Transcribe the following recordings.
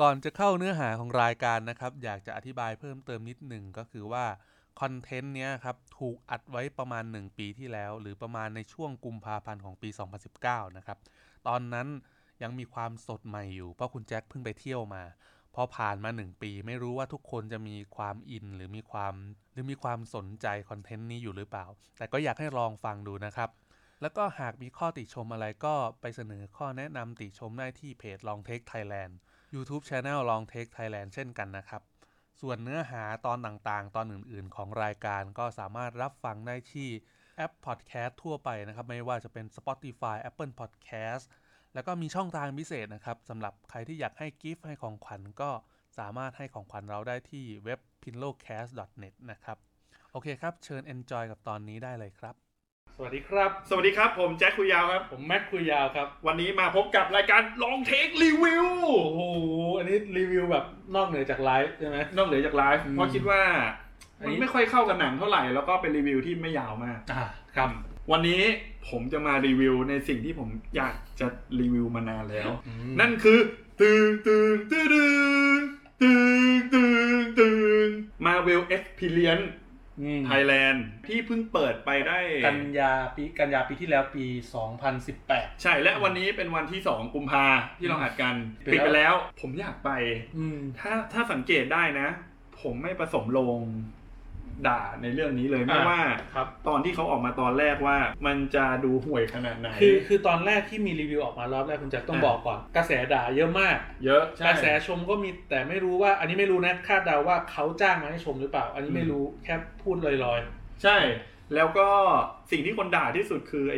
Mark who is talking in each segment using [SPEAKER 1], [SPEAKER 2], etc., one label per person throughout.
[SPEAKER 1] ก่อนจะเข้าเนื้อหาของรายการนะครับ อยากจะอธิบายเพิ่มเติมนิดหนึ่งก็คือว่า คอนเทนต์เนี้ยครับ ถูกอัดไว้ประมาณ 1 ปีที่แล้ว หรือประมาณในช่วงกุมภาพันธ์ของปี 2019 นะครับ ตอนนั้นยังมีความสดใหม่อยู่ เพราะคุณแจ็คเพิ่งไปเที่ยวมาพอผ่านมา 1 ปี ไม่รู้ว่าทุกคนจะมีความอินหรือมีความหรือมีความสนใจคอนเทนต์นี้อยู่หรือเปล่า แต่ก็อยากให้ลองฟังดูนะครับ แล้วก็หากมีข้อติชมอะไรก็ไปเสนอข้อแนะนำติชมได้ที่เพจลองเทคไทยแลนด์ YouTube Channel ลองเทคไทยแลนด์เช่นกันนะครับ ส่วนเนื้อหาตอนต่างๆ ตอนอื่นๆ ของรายการก็สามารถรับฟังได้ที่แอปพอดแคสต์ทั่วไปนะครับ ไม่ว่าจะเป็น Spotify Apple Podcast แล้วก็มีช่องทางพิเศษนะครับสำหรับใครที่อยากให้กิฟต์ให้ของขวัญก็สามารถให้ของขวัญเราได้ที่เว็บ pinlocast.net นะครับ โอเคครับ เชิญ enjoy กับตอนนี้ได้เลยครับ สวัสดีครับ
[SPEAKER 2] สวัสดีครับ ผมแจ็คคุยยาวครับ
[SPEAKER 1] ผมแม็กคุยยาวครับ
[SPEAKER 2] วันนี้มาพบกับรายการลองเทครีวิว
[SPEAKER 1] โอ้โห อันนี้รีวิวแบบนอกเหนือจากไลฟ์ใช่ไหม
[SPEAKER 2] นอกเหนือจากไลฟ์
[SPEAKER 1] อืม
[SPEAKER 2] เพราะคิดว่า
[SPEAKER 1] อัน
[SPEAKER 2] มั
[SPEAKER 1] นี้
[SPEAKER 2] นไม่ค่อยเข้ากับหนังเท่าไหร่ แล้วก็เป็นรีวิวที่ไม่ยาวมาก
[SPEAKER 1] อ่าครับ
[SPEAKER 2] วันนี้ผมจะมารีวิวในสิ่งที่ผมอยากจะรีวิวมานานแล้ว
[SPEAKER 1] อืม
[SPEAKER 2] นั่นคือตึงตึงตึงตึงตึงตึงตึงมาเวลเอ็กเพลียนไทยแลนด์ที่เพิ่งเปิดไปได้
[SPEAKER 1] กันยาปีกันยาปีที่แล้วปี 2018
[SPEAKER 2] ใช่และวันนี้เป็นวันที่ 2 กุมภาที่เราอัดกัน
[SPEAKER 1] ปิ
[SPEAKER 2] ปิ
[SPEAKER 1] ด
[SPEAKER 2] ด
[SPEAKER 1] ไป
[SPEAKER 2] ไป
[SPEAKER 1] แล้
[SPEAKER 2] แล้ว ว ผมอยากไป
[SPEAKER 1] อืม
[SPEAKER 2] ถ้าถ้าสังเกตได้นะ ผมไม่ประสมลงด่าในเรื่องนี้เลย
[SPEAKER 1] อ่า
[SPEAKER 2] ไม่ว่า
[SPEAKER 1] ครับ
[SPEAKER 2] ตอนที่เขาออกมาตอนแรกว่า มันจะดูห่วยขนาดไหน
[SPEAKER 1] คือคือตอนแรกที่มีรีวิวออกมารอบแรกคุณแจ็คต้อง
[SPEAKER 2] อ่ะ
[SPEAKER 1] บอกก่อน กระแสด่าเยอะมาก
[SPEAKER 2] เยอะ
[SPEAKER 1] กระแสชมก็มีแต่ไม่รู้ว่า อันนี้ไม่รู้นะคาดเดาว่าเขาจ้างมาให้ชมหรือเปล่า อันนี้ไม่รู้แค่พูดลอย
[SPEAKER 2] ใช่ แล้วก็สิ่งที่คนด่าที่สุดคือไอ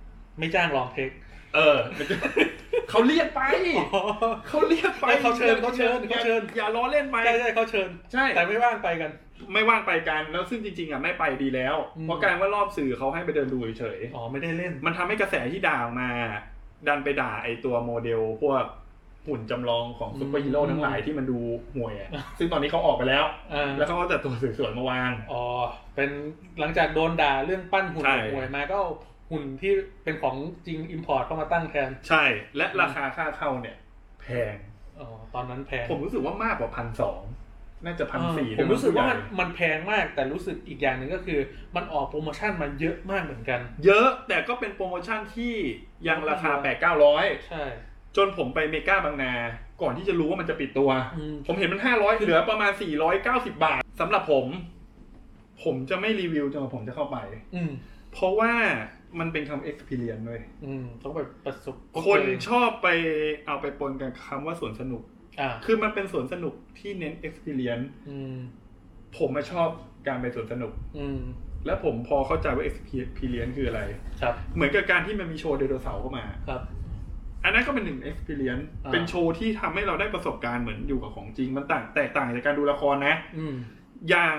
[SPEAKER 1] ๆ ไม่จ้างลองเทค
[SPEAKER 2] เออ เขาเรียกไป เขาเรียกไป
[SPEAKER 1] เออเขาเชิญเขาเชิญเขาเชิญ
[SPEAKER 2] อย่อย่าล้อเล่นไป
[SPEAKER 1] ใช่ใช่เขาเชิญ
[SPEAKER 2] ใช่
[SPEAKER 1] แต่ไม่ว่างไปกัน
[SPEAKER 2] ไม่ว่างไปกันแล้วซึ่งจริงๆอ่ะไม่ไปดีแล้ว
[SPEAKER 1] อืม
[SPEAKER 2] เพราะการว่ารอบสื่อเขาให้ไปเดินดูเฉยๆ
[SPEAKER 1] อ๋อไม่ได้เล่น
[SPEAKER 2] มันทำให้กระแสที่ด่าออกมา ดันไปด่าไอตัวโมเดล พวกหุ่นจำลองของซูเปอร์ฮีโร่
[SPEAKER 1] อืม
[SPEAKER 2] ทั้งหลายที่มันดูห่วยอะซึ่งตอนนี้เขาออกไปแล้ว
[SPEAKER 1] อ่า
[SPEAKER 2] แล้วเขาก็จัดตัวสวยๆมาวาง
[SPEAKER 1] อ๋อเป็นหลังจากโดนด่าเรื่องปั้นหุ่น
[SPEAKER 2] ใช่
[SPEAKER 1] หวยมาก็เอาหุ่นที่เป็นของจริงอิมพอร์ตเข้ามาตั้งแทน
[SPEAKER 2] ใช่ และราคาค่าเข้าเนี่ย แพง
[SPEAKER 1] อ๋อตอนนั้นแพง
[SPEAKER 2] ผมรู้สึกว่ามากกว่าพันสองน่าจะพันสี่
[SPEAKER 1] ผมรู้สึกว่ามันมันแพงมากแต่รู้สึกอีกอย่างหนึ่งก็คือ มันออกโปรโมชั่นมาเยอะมากเหมือนกัน
[SPEAKER 2] เยอะแต่ก็เป็นโปรโมชั่นที่ยังราคาแปดเก้าร้อย
[SPEAKER 1] ใช่
[SPEAKER 2] จนผมไปเมกาบางนา ก่อนที่จะรู้ว่ามันจะปิดตัว
[SPEAKER 1] อืม
[SPEAKER 2] ผมเห็นมันห้าร้อยเหลือประมาณสี่ร้อยเก้าสิบาทสำหรับผม ผมจะไม่รีวิวจนกว่าผมจะเข้าไป
[SPEAKER 1] อืม
[SPEAKER 2] เพราะว่ามันเป็นคำ experience เลย
[SPEAKER 1] อืมต้องไปประสบพบ
[SPEAKER 2] คน
[SPEAKER 1] เจอ
[SPEAKER 2] ชอบไปเอาไปปนกับคำว่าสวนสนุก
[SPEAKER 1] อ่า
[SPEAKER 2] คือมันเป็นสวนสนุกที่เน้น experience
[SPEAKER 1] อืม
[SPEAKER 2] ผมมาชอบการไปสวนสนุก
[SPEAKER 1] อืม
[SPEAKER 2] และผมพอเข้าใจว่า experience คืออะไร
[SPEAKER 1] ครับ
[SPEAKER 2] เหมือนกับการที่มันมีโชว์ไดโนเสาร์เข้ามา
[SPEAKER 1] ครับ
[SPEAKER 2] อันนั้นก็เป็นหนึ่ง experience
[SPEAKER 1] อ่า
[SPEAKER 2] เป็นโชว์ที่ทำให้เราได้ประสบการณ์เหมือนอยู่กับของจริง มันต่างแตกต่างจากการดูละครนะ
[SPEAKER 1] อืม
[SPEAKER 2] อย่าง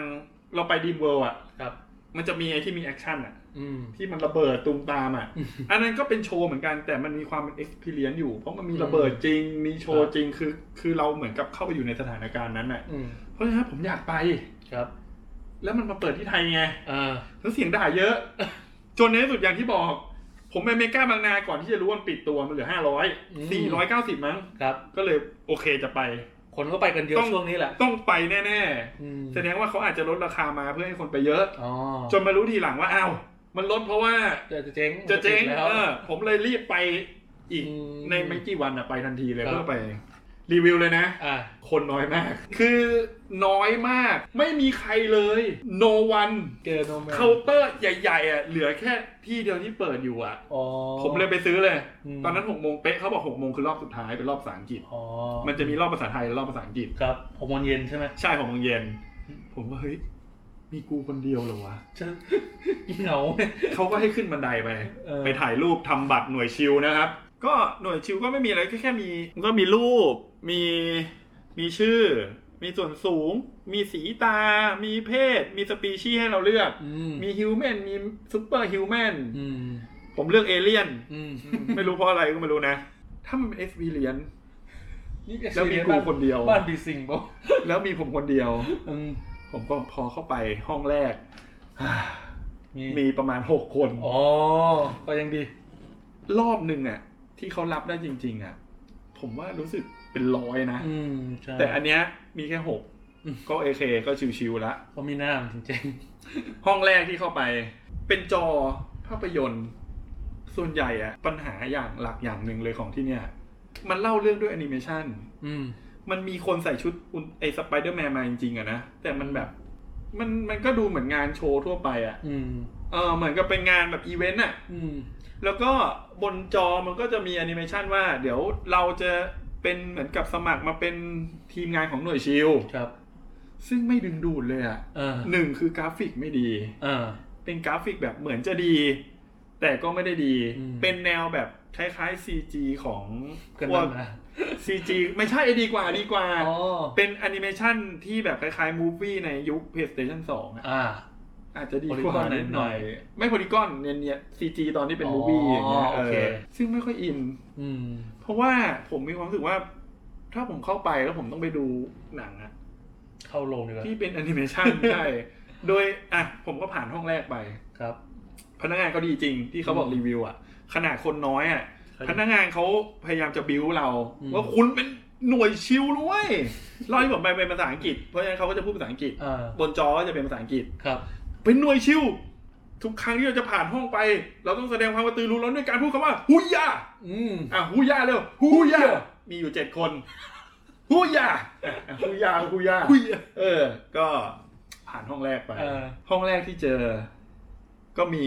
[SPEAKER 2] เราไปดีเวิร์อ่ะ
[SPEAKER 1] ครับ
[SPEAKER 2] มันจะมีไอ้ที่มีแอคชั่นอ่ะ
[SPEAKER 1] อืม
[SPEAKER 2] ที่มันระเบิดตุมตามอ่ะ
[SPEAKER 1] อืม
[SPEAKER 2] อันนั้นก็เป็นโชว์เหมือนกันแต่มันมีความเป็น experience อยู่ เพราะมันมี
[SPEAKER 1] อืม
[SPEAKER 2] ระเบิดจริง มีโชว์จริงคือ คือเราเหมือนกับเข้าไปอยู่ในสถานการณ์นั้นอ่ะ
[SPEAKER 1] อืม
[SPEAKER 2] เพราะฉะนั้นผมอยากไป
[SPEAKER 1] ครับ
[SPEAKER 2] แล้วมันมาเปิดที่ไทยไง
[SPEAKER 1] อ่า
[SPEAKER 2] แล้วเสียงด่าเยอะ จนในที่สุดอย่างที่บอก ผมไปอเมริกาบางนาก่อนที่จะรู้ว่ามันปิดตัวมันเหลือห้าร้อยสี่ร้อยเก้าสิบมั้ง
[SPEAKER 1] ครับ
[SPEAKER 2] ก็เลยโอเคจะไป
[SPEAKER 1] คนก็ไปกันเยอะ
[SPEAKER 2] ต้อง
[SPEAKER 1] ช่วงนี้แหละ
[SPEAKER 2] ต้องไปแน่
[SPEAKER 1] อืม
[SPEAKER 2] ๆ แสดงว่าเขาอาจจะลดราคามาเพื่อให้คนไปเยอะ
[SPEAKER 1] อ๋อ
[SPEAKER 2] จนมารู้ทีหลังว่าอ้าวมันลดเพราะว่า
[SPEAKER 1] จะเจ๊ง
[SPEAKER 2] จะเจ๊ง
[SPEAKER 1] มันปิด
[SPEAKER 2] เอ
[SPEAKER 1] แล้ว
[SPEAKER 2] อผมเลยรีบไปอีก
[SPEAKER 1] อืม
[SPEAKER 2] ในไม่กี่วันอะไปทันทีเลย
[SPEAKER 1] ครับ
[SPEAKER 2] เพื่อไป รีวิวเลยนะ
[SPEAKER 1] อ่า
[SPEAKER 2] คนน้อยมาก คือน้อยมาก ไม่มีใครเลย no one
[SPEAKER 1] เจอโนแมน
[SPEAKER 2] เคาน์เตอร์ใหญ่ๆอ่ะเหลือแค่ที่เดียวที่เปิดอยู่อ่ะ
[SPEAKER 1] อ๋อ
[SPEAKER 2] ผมเลยไปซื้อเลย
[SPEAKER 1] อืม
[SPEAKER 2] ตอนนั้น6กโมงเป๊ะเขาบอก6กโมงคือรอบสุดท้ายเป็นรอบภาษาอังกฤษ
[SPEAKER 1] อ๋อ
[SPEAKER 2] มันจะมีรอบภาษาไทยและรอบภาษาอังกฤษ
[SPEAKER 1] ครับหกโมงเย็นใช่ไหม
[SPEAKER 2] ใช่ของโมงเย็น ผมว่าเฮ้ยมีกูคนเดียวเหรอวะ
[SPEAKER 1] จะยิ่งเหงา
[SPEAKER 2] เขาก็ให้ขึ้นบันไดไป
[SPEAKER 1] เออ
[SPEAKER 2] ไปถ่ายรูปทำบัตรหน่วยชิวนะครับ ก็หน่วยชิวก็ไม่มีอะไรก็แค่มีก็มีรูป มีมีชื่อ มีส่วนสูง มีสีตา มีเพศ มีสปีชีส์ให้เราเลือก
[SPEAKER 1] อืม
[SPEAKER 2] มีฮิวแมนมีซูเปอร์ฮิวแมน
[SPEAKER 1] อืม
[SPEAKER 2] ผมเลือกเอเลี่ยน
[SPEAKER 1] อืม
[SPEAKER 2] ไม่รู้เพราะอะไรก็ไม่รู้นะ ถ้ามันเป็นเอสวีเลียน
[SPEAKER 1] นี่
[SPEAKER 2] แล้วมีกูคนเดียว
[SPEAKER 1] บ้านบีซิงป่ะ
[SPEAKER 2] แล้วมีผมคนเดียว
[SPEAKER 1] อืม
[SPEAKER 2] ผมก็พอเข้าไปห้องแรก
[SPEAKER 1] มี
[SPEAKER 2] มีประมาณหกคน
[SPEAKER 1] อ๋อก็ยังดี
[SPEAKER 2] รอบหนึ่งอ่ะ ที่เขารับได้จริง ๆ อ่ะ ผมว่ารู้สึก เป็นร้อยนะ
[SPEAKER 3] อืมใช่
[SPEAKER 2] แต่อันเนี้ยมีแค่หก
[SPEAKER 3] อืม
[SPEAKER 2] ก็เอเคก็ชิวๆละ
[SPEAKER 3] เขามีหน้ามันจริง
[SPEAKER 2] ห้องแรกที่เข้าไป เป็นจอภาพยนตร์ ส่วนใหญ่อะปัญหาอย่างหลักอย่างหนึ่งเลยของที่เนี่ย มันเล่าเรื่องด้วยแอนิเมชัน
[SPEAKER 3] ๆ อืม
[SPEAKER 2] มันมีคนใส่ชุดอุลไอสไปเดอร์แมนมาจริงๆอะนะ แต่มันแบบ มันมันก็ดูเหมือนงานโชว์ทั่วไปอะ
[SPEAKER 3] อืม
[SPEAKER 2] เออเหมือนกับเป็นงานแบบอีเวนต์อะ
[SPEAKER 3] อืม
[SPEAKER 2] แล้วก็บนจอมันก็จะมีแอนิเมชันว่า เดี๋ยวเราจะเป็นเหมือนกับสมัครมาเป็นทีมงานของหน่วยชิล
[SPEAKER 3] ครับ
[SPEAKER 2] ซึ่งไม่ดึงดูดเลยอะ
[SPEAKER 3] เออ
[SPEAKER 2] หนึ่งคือกราฟิกไม่ดี
[SPEAKER 3] เออ
[SPEAKER 2] เป็นกราฟิกแบบเหมือนจะดี แต่ก็ไม่ได้ดี
[SPEAKER 3] อืม
[SPEAKER 2] เป็นแนวแบบคล้ายๆ CG ของ
[SPEAKER 3] กัน
[SPEAKER 2] พว
[SPEAKER 3] นั่
[SPEAKER 2] ก
[SPEAKER 3] นนะ
[SPEAKER 2] CG ไม่ใช่ดีกว่าดีกว่า
[SPEAKER 3] อ๋อ
[SPEAKER 2] เป็นแอนิเมชันที่แบบคล้ายๆมูฟวี่ในยุค PlayStation 2อะ
[SPEAKER 3] อ่า
[SPEAKER 2] อาจจะดี
[SPEAKER 3] โพลี
[SPEAKER 2] ก
[SPEAKER 3] กอ
[SPEAKER 2] ว่าน นิดหน่อย
[SPEAKER 3] นิดหน่อย
[SPEAKER 2] ไม่โพลิกอนเนี่ยเนี่ย CG ตอนที่เป็น
[SPEAKER 3] อ๋อ
[SPEAKER 2] มูฟวี่อย่างเงี้ยเอ
[SPEAKER 3] โอเค
[SPEAKER 2] อซึ่งไม่ค่อยอิน
[SPEAKER 3] อืม
[SPEAKER 2] เพราะว่าผมมีความรู้สึกว่า ถ้าผมเข้าไปแล้วผมต้องไปดูหนังอะ
[SPEAKER 3] เข้าโรงดีกว่า
[SPEAKER 2] ที่เป็นแอ นิเมชัน ใช่โดยอ่ะผมก็ผ่านห้องแรกไป
[SPEAKER 3] ครับ
[SPEAKER 2] พนักงานเขาดีจริงที่เขาบอกรีวิวอะขนาดคนน้อยอะพนักงานเขาพยายามจะบิ้วเรา
[SPEAKER 3] อืม
[SPEAKER 2] ว่าคุณเป็นหน่วยชิลด้วย เล่าให้ผมไปเป็นภาษาอังกฤษเพราะฉะนั้นเขาก็จะพูดภาษาอังกฤษ
[SPEAKER 3] อ่า
[SPEAKER 2] บนจอก็จะเป็นภาษาอังกฤษ
[SPEAKER 3] ครับ
[SPEAKER 2] เป็นหน่วยชิลทุกครั้งที่เราจะผ่านห้องไป เราต้องแสดงความกระตือรือร้นด้วยการพูดคำว่าฮุยยา
[SPEAKER 3] อืม
[SPEAKER 2] อ่ะฮูย่าเร็วฮูย่ามีอยู่เจ็ดคนฮูย่าอ่ะฮูย่าฮูย่าเออ ก็ผ่านห้องแรกไป
[SPEAKER 3] เออ
[SPEAKER 2] ห้องแรกที่เจอ ก็มี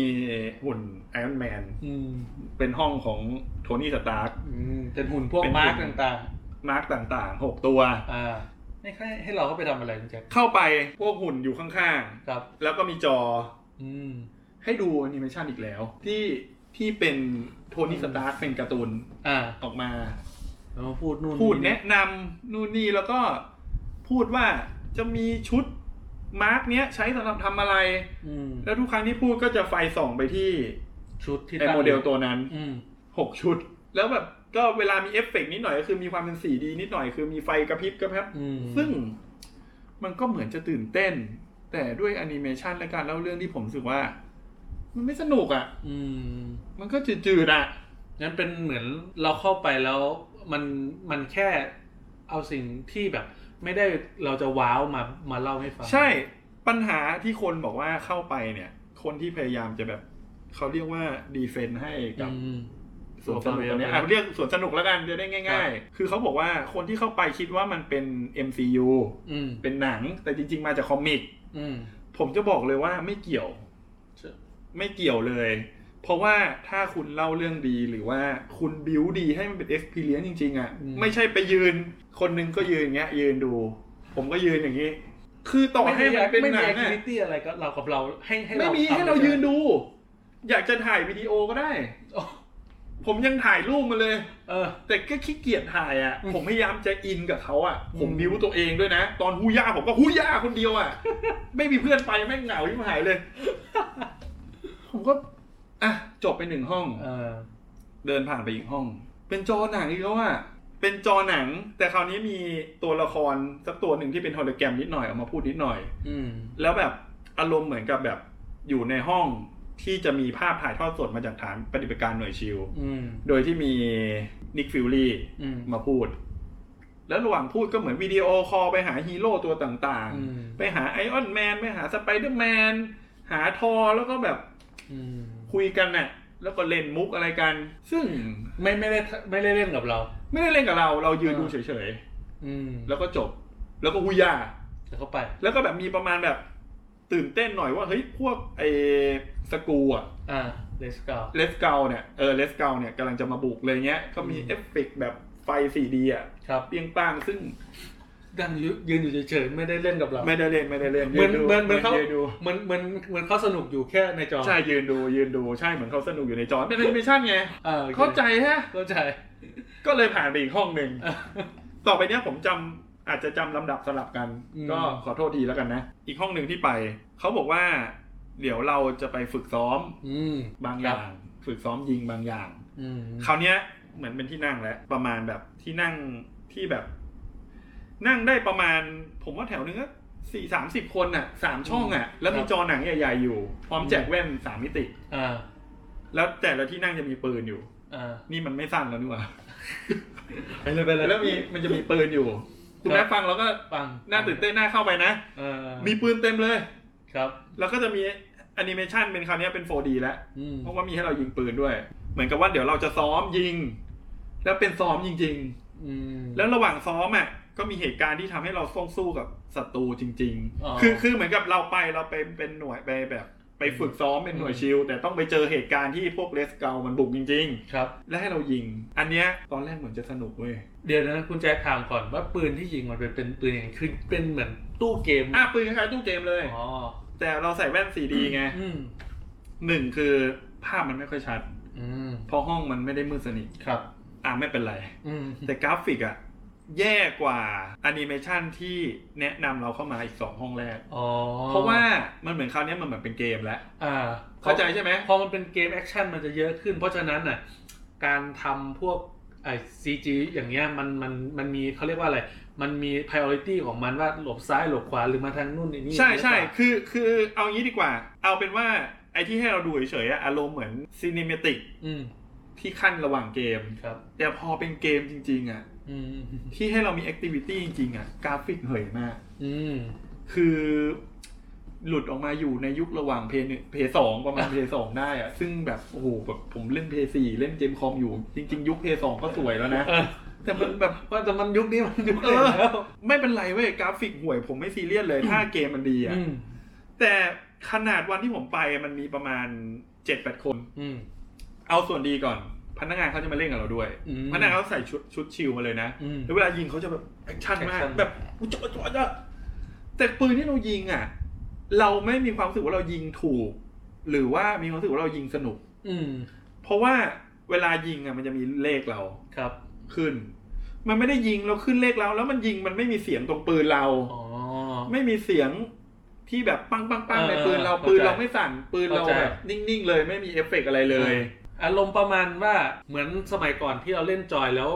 [SPEAKER 2] หุ่นไอ o n นแมน
[SPEAKER 3] อืม
[SPEAKER 2] เป็นห้องของโทนี่สตาร์ค
[SPEAKER 3] อืม เป็นหุ่นพวก
[SPEAKER 2] เป็น
[SPEAKER 3] มาร์ก
[SPEAKER 2] หุ่น
[SPEAKER 3] ต่าง
[SPEAKER 2] มาร์กต่างๆหกตัว
[SPEAKER 3] ๆ อ่า ให้ให้ให้เราเข้าไปทำอะไรคุณแจ็ค
[SPEAKER 2] เข้าไปพวกหุ่นอยู่ข้าง
[SPEAKER 3] ครับ
[SPEAKER 2] ๆ แล้วก็มีจอ
[SPEAKER 3] อืม
[SPEAKER 2] ให้ดูแอนิเมชันอีกแล้ว ที่ที่เป็นโทนี่สตาร์คเป็นการ์ตูน
[SPEAKER 3] อ่า
[SPEAKER 2] ออกมา
[SPEAKER 3] แล้วมาพูดนู่น
[SPEAKER 2] พูดแนะนำนู่นนี่แล้วก็พูดว่าจะมีชุดมาร์กเนี้ยใช้สำหรับทำอะไร
[SPEAKER 3] อืม
[SPEAKER 2] แล้วทุกครั้งที่พูดก็จะไฟส่องไปที่
[SPEAKER 3] ชุดที่
[SPEAKER 2] ไอ
[SPEAKER 3] ตั้ง
[SPEAKER 2] โมเดลตัวนั้น
[SPEAKER 3] อืม
[SPEAKER 2] หกชุด แล้วแบบก็เวลามีเอฟเฟกต์นิดหน่อยก็คือมีความเป็นสีดีนิดหน่อยคือมีไฟกระพริบกระพริบ
[SPEAKER 3] อืม
[SPEAKER 2] ซึ่งมันก็เหมือนจะตื่นเต้น แต่ด้วยแอนิเมชันและการเล่าเรื่องที่ผมรู้สึกว่า มันไม่สนุกอะ่ะ
[SPEAKER 3] อืม
[SPEAKER 2] มันก็จืดๆอะ่ะ
[SPEAKER 3] งั้นเป็นเหมือนเราเข้าไปแล้วมันมันแค่เอาสิ่งที่แบบ ไม่ได้เราจะว้าวมามาเล่าให้ฟัง
[SPEAKER 2] ใช่ปัญหาที่คนบอกว่าเข้าไปเนี่ย คนที่พยายามจะแบบเขาเรียกว่าดีเฟนต์ให้กับ
[SPEAKER 3] อืม
[SPEAKER 2] สวนสนุกอันเนี้ยอ่ะเรียกสวนสนุกแล้วกันจะได้ง่าย ๆ คือเขาบอกว่าคนที่เข้าไปคิดว่ามันเป็น MCU
[SPEAKER 3] อืม
[SPEAKER 2] เป็นหนังแต่จริง ๆ มาจากคอมิก
[SPEAKER 3] อืม
[SPEAKER 2] ผมจะบอกเลยว่าไม่เกี่ยว
[SPEAKER 3] ใช่
[SPEAKER 2] ไม่เกี่ยวเลย เพราะว่าถ้าคุณเล่าเรื่องดีหรือว่าคุณบิวดีให้มันเป็น experience จริง ๆ อ่ะ
[SPEAKER 3] อืม
[SPEAKER 2] ไม่ใช่ไปยืน คนหนึงก็ยืนอย่างเงี้ย ยืนดู ผมก็ยืนอย่างนี้ คือต่อให้
[SPEAKER 3] ไม่
[SPEAKER 2] มันเป็น
[SPEAKER 3] ไม่
[SPEAKER 2] หนั
[SPEAKER 3] มี
[SPEAKER 2] ง
[SPEAKER 3] แอคทิ
[SPEAKER 2] อะ
[SPEAKER 3] วิตี้อะไรกับเรากับเราให้ให้
[SPEAKER 2] ไม่
[SPEAKER 3] เรา
[SPEAKER 2] มี
[SPEAKER 3] ทำ
[SPEAKER 2] ให้เรายืนดู อยากจะถ่ายวิดีโอก็ได้
[SPEAKER 3] อ๋อ
[SPEAKER 2] ผมยังถ่ายรูปมาเลย
[SPEAKER 3] เออ
[SPEAKER 2] แต่ก็ขี้เกียจถ่ายอ่ะ
[SPEAKER 3] อืม
[SPEAKER 2] ผมพยายามจะอินกับเขาอ่ะ
[SPEAKER 3] อืม
[SPEAKER 2] ผมบิ้วตัวเองด้วยนะ ตอนฮูย่าผมก็ฮูย่าคนเดียวอ่ะ ไม่มีเพื่อนไปแม่งเหงาที่หายเลย ผมก็ อ่ะ จบไปหนึ่งห้อง
[SPEAKER 3] เออ
[SPEAKER 2] เดินผ่านไปอีกห้อง เป็นจอหนังอีกแล้วอ่ะ เป็นจอหนัง แต่คราวนี้มีตัวละครสักตัวหนึ่งที่เป็นโฮโลแกรมนิดหน่อยออกมาพูดนิดหน่อย
[SPEAKER 3] อืม
[SPEAKER 2] แล้วแบบอารมณ์เหมือนกับแบบอยู่ในห้องที่จะมีภาพถ่ายทอดสดมาจากฐานปฏิบัติการหน่วยชิล
[SPEAKER 3] อืม
[SPEAKER 2] โดยที่มีนิกฟิลลี่
[SPEAKER 3] อืม
[SPEAKER 2] มาพูด แล้วระหว่างพูดก็เหมือนวิดีโอคอลไปหาฮีโร่ตัวต่าง
[SPEAKER 3] อืม
[SPEAKER 2] ๆ ไปหาไอออนแมน ไปหาสไปเดอร์แมน หาทอร์แล้วก็แบบ
[SPEAKER 3] อืม
[SPEAKER 2] คุยกันน่ะ แล้วก็เล่นมุกอะไรกัน ซึ่ง
[SPEAKER 3] ไม่ไม่ได้ไม่ได้เล่นกับเรา
[SPEAKER 2] ไม่ได้เล่นกับเราเรายืน
[SPEAKER 3] อ่า
[SPEAKER 2] ดูเฉย
[SPEAKER 3] อืม
[SPEAKER 2] ๆ
[SPEAKER 3] แล้
[SPEAKER 2] แล้วก็จบ แล้วก็ฮุยยา
[SPEAKER 3] วเข้าไป
[SPEAKER 2] แล้วก็แบบมีประมาณแบบตื่นเต้นหน่อยว่าเฮ้ยพวกไอสกรูอ่ะ
[SPEAKER 3] อ่าเลสกาว
[SPEAKER 2] เลสเกลเนี่ย เออ เลสเกลเนี่ยกำลังจะมาบุกเลยเงี้ย ก็มี
[SPEAKER 3] อืม
[SPEAKER 2] เอฟเฟกต์แบบไฟ 4D อ่ะ
[SPEAKER 3] ครับ
[SPEAKER 2] เปรียงปร้างซึ่ง
[SPEAKER 3] ดังยืนยืนอยู่เฉยๆไม่ได้เล่นกับเรา
[SPEAKER 2] ไม่ได้เล่นไม่ได้เล่น
[SPEAKER 3] เหมือน
[SPEAKER 2] ยืดู
[SPEAKER 3] เหมือนเหมือนเขา
[SPEAKER 2] ยืนดู
[SPEAKER 3] เหมือนเหมือนเหมือนเขาสนุกอยู่แค่ในจอ
[SPEAKER 2] ใช่ ยืนดูยืนดูใช่ เหมือนเขาสนุกอยู่ในจอเป็นแอนิเมชั่นไง
[SPEAKER 3] อ่โอค
[SPEAKER 2] เข้าใจฮะ
[SPEAKER 3] เข้าใจ
[SPEAKER 2] ก็เลยผ่านไปอีกห้องหนึ่ง
[SPEAKER 3] อ่ะ
[SPEAKER 2] ต่อไปเนี้ยผมจำอาจจะจำลำดับสลับกัน
[SPEAKER 3] อืม
[SPEAKER 2] ก็ขอโทษทีแล้วกันนะ อีกห้องหนึ่งที่ไป เขาบอกว่า เดี๋ยวเราจะไปฝึกซ้อม
[SPEAKER 3] อืม
[SPEAKER 2] บางอย่าง ฝึกซ้อมยิงบางอย่าง
[SPEAKER 3] อืม
[SPEAKER 2] คราวเนี้ยเหมือนเป็นที่นั่งแล้วประมาณแบบที่นั่งที่แบบ นั่งได้ประมาณ ผมว่าแถวนึงก็สี่สามสิบคนน่ะสามช่องอ่ะ แล้ว
[SPEAKER 3] ค
[SPEAKER 2] มี
[SPEAKER 3] รับ
[SPEAKER 2] จอหนังใหญ่ๆอยู่ พร้อม
[SPEAKER 3] อืม
[SPEAKER 2] แจกแว่นสามมิติ
[SPEAKER 3] อ่า
[SPEAKER 2] แล้วแต่ละที่นั่งจะมีปืนอยู่
[SPEAKER 3] อ่า
[SPEAKER 2] นี่มันไม่สั้นแล้วนี่หว่า
[SPEAKER 3] ไปเลยไปเลย
[SPEAKER 2] แล้วมีมันจะมีปืนอยู่ คุณ
[SPEAKER 3] ครั
[SPEAKER 2] แม่
[SPEAKER 3] บ
[SPEAKER 2] ฟังแล้วก็
[SPEAKER 3] ปัง
[SPEAKER 2] น่าตื่นเต้นน่าเข้าไปนะ
[SPEAKER 3] เออ
[SPEAKER 2] มีปืนเต็มเลย
[SPEAKER 3] ครับ
[SPEAKER 2] แล้วก็จะมีแอนิเมชันเป็นคราวเนี้ยเป็น 4D แล้ว
[SPEAKER 3] อืม
[SPEAKER 2] เพราะว่ามีให้เรายิงปืนด้วย เหมือนกับว่าเดี๋ยวเราจะซ้อมยิง แล้วเป็นซ้อมจริง
[SPEAKER 3] อืม
[SPEAKER 2] ๆ แล้วระหว่างซ้อมอ่ะก็มีเหตุการณ์ที่ทำให้เราต้องสู้กับศัตรูจริง
[SPEAKER 3] อ๋อ
[SPEAKER 2] ๆ คือคือเหมือนกับเราไปเราไปเป็นหน่วยไปแบบ ไปฝึกซ้อมเป็นหน่วย
[SPEAKER 3] อืม
[SPEAKER 2] ชิลด์แต่ต้องไปเจอเหตุการณ์ที่พวกเลสเกามันบุกจริง
[SPEAKER 3] ครับ
[SPEAKER 2] ๆ และให้เรายิง อันเนี้ยตอนแรกเหมือนจะสนุกเว้ย
[SPEAKER 3] เดี๋ยวนะคุณแจ็คถามก่อนว่าปืนที่ยิงมันเป็นเป็นปืนยังไงคือเป็นเหมือนตู้เกม
[SPEAKER 2] อ่ะปืนคล้ายๆตู้เกมเลย
[SPEAKER 3] อ๋อ
[SPEAKER 2] แต่เราใส่แว่น 4D ไง
[SPEAKER 3] อืม
[SPEAKER 2] หนึ่งคือภาพมันไม่ค่อยชัด
[SPEAKER 3] อืม
[SPEAKER 2] เพราะห้องมันไม่ได้มืดสนิท
[SPEAKER 3] ครับ
[SPEAKER 2] อ่ะไม่เป็นไร
[SPEAKER 3] อืม
[SPEAKER 2] แต่กราฟิกอะแย่กว่าแอนิเมชันที่แนะนำเราเข้ามาอีก 2 ห้องแรก
[SPEAKER 3] อ๋อ
[SPEAKER 2] เพราะว่ามันเหมือนคราวเนี้ยมันเหมือนเป็นเกมแล้ว
[SPEAKER 3] อ่า
[SPEAKER 2] เข้าใจใช่ไหม
[SPEAKER 3] พอมันเป็นเกมแอคชั่นมันจะเยอะขึ้น เพราะฉะนั้นน่ะการทำพวกไอ้ซีจีอย่างเงี้ยมันมันมันมีเขาเรียกว่าอะไร มันมีพิเออริตี้ของมันว่าหลบซ้ายหลบขวาหรือมาทางนู่นไอ้นี่
[SPEAKER 2] ใช่
[SPEAKER 3] หรือเป
[SPEAKER 2] ใช่
[SPEAKER 3] ล่า
[SPEAKER 2] คือคือเอางี้ดีกว่า เอาเป็นว่าไอ้ที่ให้เราดูเฉยๆอะอารมณ์เหมือนซีนิเมติก
[SPEAKER 3] อืม
[SPEAKER 2] ที่ขั้นระหว่างเกม
[SPEAKER 3] ครับ
[SPEAKER 2] แต่พอเป็นเกมจริงๆอะ
[SPEAKER 3] อืม
[SPEAKER 2] ที่ให้เรามีแอคทิวิตี้จริงๆอะกราฟิกเหยมาก
[SPEAKER 3] อืม
[SPEAKER 2] คือหลุดออกมาอยู่ในยุคระหว่างเพย์เพย์สองประมาณเพย์สองได้อะซึ่งแบบโอ้โหแบบผมเล่นเพย์สี่เล่นเกมคอมอยู่ จริง ๆ ยุคเพย์สองก็สวยแล้วนะ
[SPEAKER 3] เออ
[SPEAKER 2] แต่มันแบบ
[SPEAKER 3] ว่าแต่มันยุคนี้มันยุค
[SPEAKER 2] เอ
[SPEAKER 3] เลย
[SPEAKER 2] อ
[SPEAKER 3] แล้ว
[SPEAKER 2] ไม่เป็นไรเว้ยกราฟิกห่วยผมไม่ซีเรียสเลย ถ้าเกมมันดีอะ
[SPEAKER 3] อืม
[SPEAKER 2] แต่ขนาดวันที่ผมไปมันมีประมาณเจ็ดแปดคน
[SPEAKER 3] อืม
[SPEAKER 2] เอาส่วนดีก่อน พนักงานเขาจะมาเล่นกับเราด้วย
[SPEAKER 3] อืม
[SPEAKER 2] พนักงานเขาใส่ชุดชุดชิลมาเลยนะ
[SPEAKER 3] อืม
[SPEAKER 2] แล้วเวลายิงเขาจะแบบแอคชั่นมาก
[SPEAKER 3] แอคชั่น
[SPEAKER 2] แบบอุ๊ยจ๊ะจ๊ะจ๊ะแต่ปืนที่เรายิงอ่ะ เราไม่มีความรู้สึกว่าเรายิงถูก หรือว่ามีความรู้สึกว่าเรายิงสนุก
[SPEAKER 3] อืม
[SPEAKER 2] เพราะว่าเวลายิงอ่ะมันจะมีเลขเรา
[SPEAKER 3] ครับ
[SPEAKER 2] ขึ้น มันไม่ได้ยิงเราขึ้นเลขเราแล้วมันยิงมันไม่มีเสียงตรงปืนเรา
[SPEAKER 3] อ๋อ
[SPEAKER 2] ไม่มีเสียงที่แบบปังปังปังใน
[SPEAKER 3] เออ
[SPEAKER 2] ปืนเรา
[SPEAKER 3] เข้าใจ
[SPEAKER 2] ปืนเราไม่สั่นปืนเรา
[SPEAKER 3] เข้าใจ
[SPEAKER 2] แบบนิ่งๆเลย ไม่มีเอฟเฟกต์อะไรเลย
[SPEAKER 3] อารมณ์ประมาณว่าเหมือนสมัยก่อนที่เราเล่นจอยแล้ว